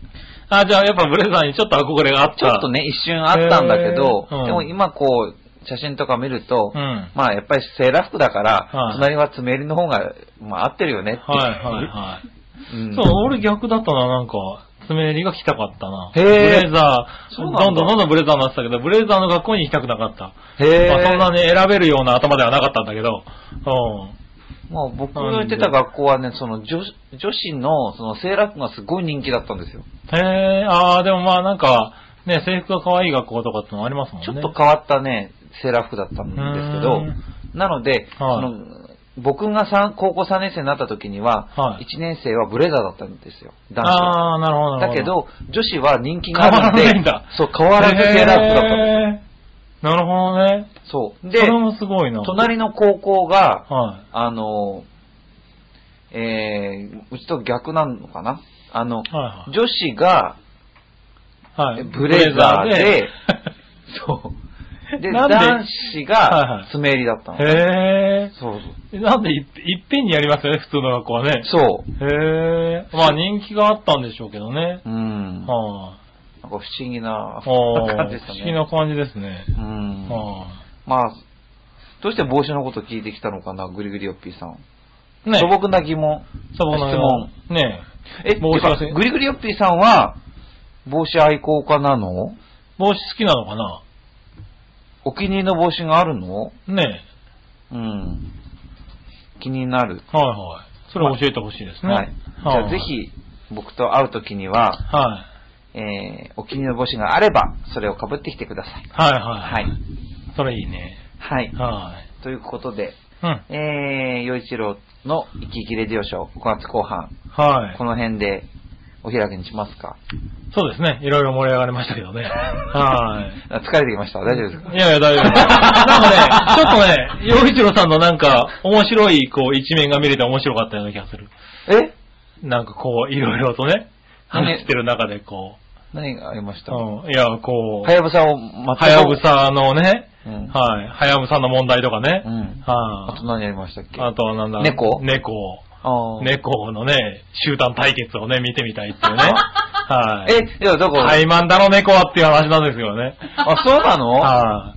Speaker 2: あ、じゃあやっぱブレザーにちょっと憧れがあった。
Speaker 1: ちょっと。ね、一瞬あったんだけど、
Speaker 2: へーうん
Speaker 1: でも今こう、写真とか見ると、
Speaker 2: うん。
Speaker 1: まあやっぱりセーラー服だから、
Speaker 2: はい
Speaker 1: 隣は爪襟の方が、まあ合ってるよねっていう。
Speaker 2: はいはいはい。
Speaker 1: うん
Speaker 2: そう、俺逆だったな、なんか、爪襟が着たかったな。
Speaker 1: へー
Speaker 2: ブレザー、
Speaker 1: そうなんだ
Speaker 2: どんどんどんどんブレザーになってたけど、ブレザーの学校に行きたくなかった。
Speaker 1: へー
Speaker 2: まあ、そんなね、選べるような頭ではなかったんだけど、うん。
Speaker 1: まあ僕の行ってた学校はね、その女子女子のそのセーラー服がすごい人気だったんですよ。
Speaker 2: へえ、あー、でもまあなんか、ね、制服が可愛い学校とかってのもありますもんね。
Speaker 1: ちょっと変わったね、セーラー服だったんですけ
Speaker 2: う
Speaker 1: ど
Speaker 2: ーん、
Speaker 1: なので、そ
Speaker 2: はい
Speaker 1: の僕が三高校3年生になった時には、
Speaker 2: はい
Speaker 1: 1年生はブレザーだったんですよ、男子は。
Speaker 2: あー、なるほど、なる
Speaker 1: だ
Speaker 2: ほど。
Speaker 1: け、ど、女子は人気
Speaker 2: 変
Speaker 1: が
Speaker 2: わ
Speaker 1: あ
Speaker 2: ら
Speaker 1: るので、
Speaker 2: ないんだ。
Speaker 1: そう、変わらずセーラー服だったんで
Speaker 2: へーなるほどね。
Speaker 1: すよ。そう。
Speaker 2: で、そ
Speaker 1: で、
Speaker 2: れもすごいな。
Speaker 1: 隣の高校が、
Speaker 2: は
Speaker 1: あの、えー、うちと逆なのかなあの、
Speaker 2: い。は
Speaker 1: 女子が、
Speaker 2: いはい。はい。
Speaker 1: ブレザーで
Speaker 2: ブレザーで
Speaker 1: そう。で、
Speaker 2: なんで
Speaker 1: 男子
Speaker 2: はいは
Speaker 1: が
Speaker 2: い
Speaker 1: 爪襟だったの。
Speaker 2: へ
Speaker 1: そう
Speaker 2: え。なんでいいっぺんにやりますよね、普通の学校はね。
Speaker 1: そう。そ
Speaker 2: へえ。まあ人気があったんでしょうけどね。
Speaker 1: う。うん。なんか
Speaker 2: は。
Speaker 1: 不思議ない
Speaker 2: おー
Speaker 1: 感じでした
Speaker 2: 不思
Speaker 1: ね。
Speaker 2: 議な感じですね。
Speaker 1: うん。
Speaker 2: は
Speaker 1: まあ、どうして帽子のこと聞いてきたのかな、グリグリオッピーさん。
Speaker 2: い。ね。
Speaker 1: 素朴な疑問。
Speaker 2: 素朴な
Speaker 1: 質問。
Speaker 2: ね
Speaker 1: え、
Speaker 2: 帽子は
Speaker 1: てかグリグリオッピーさんは、帽子愛好家なの
Speaker 2: 帽子好きなのかな
Speaker 1: お気に入りの帽子があるの
Speaker 2: ね
Speaker 1: うん。気になる。
Speaker 2: はいはい。それを教えてほしいですね。
Speaker 1: はい。じゃあぜ。ひ、僕と会うときには、
Speaker 2: は
Speaker 1: えー、お気に入りの帽子があれば、それをかぶってきてください。
Speaker 2: い。はいはい。
Speaker 1: はい。
Speaker 2: それいいね。
Speaker 1: はい。
Speaker 2: はい。
Speaker 1: ということで、
Speaker 2: うん。
Speaker 1: えー、洋一郎の生き生きレディオショー、5月後半、
Speaker 2: はい
Speaker 1: こ。の辺でお開きにしますか。
Speaker 2: そうですね。いろいろ盛り上がりました けどね。はい。
Speaker 1: あ疲れてきました。大丈夫ですか
Speaker 2: いやいや、大丈夫。なんかね、ちょっとね、洋一郎さんのなんか、面白い、こう、一面が見れて面白かったような気がする。
Speaker 1: え
Speaker 2: なんかこう、いろいろとね、話してる中でこ
Speaker 1: 何がありました
Speaker 2: う、うん、いや、こ
Speaker 1: は
Speaker 2: う、
Speaker 1: やぶさをま
Speaker 2: はやぶさのね、
Speaker 1: うん
Speaker 2: はい、はやぶさの問題とかね、
Speaker 1: うん。あと
Speaker 2: は
Speaker 1: 何やりましたっけ
Speaker 2: い、あとはなんだ
Speaker 1: 猫
Speaker 2: 猫。
Speaker 1: あー
Speaker 2: 猫のね、集団対決をね、見てみたいっていう ね。はい。
Speaker 1: え、いや、だから、
Speaker 2: 怠慢だろ猫はっていう話なんですけどね。
Speaker 1: あ、そうなのあ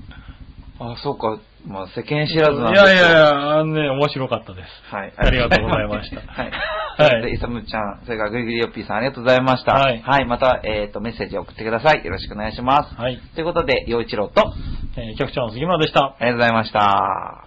Speaker 2: はい。
Speaker 1: そうか。まあ、世間知らずなん
Speaker 2: い
Speaker 1: です
Speaker 2: や
Speaker 1: け
Speaker 2: い
Speaker 1: ど
Speaker 2: やいや、あのね、面白かったです。
Speaker 1: はい。
Speaker 2: ありがとうございました
Speaker 1: はい。
Speaker 2: はい
Speaker 1: そしてイサムちゃん、それからグリグリヨッピーさん、ありがとうございました。
Speaker 2: はい
Speaker 1: また、えっ、と、メッセージを送ってください。よろしくお願いします。
Speaker 2: はい。
Speaker 1: ということで、陽一郎と、あり
Speaker 2: えー局長の杉村でした。
Speaker 1: がとうございました。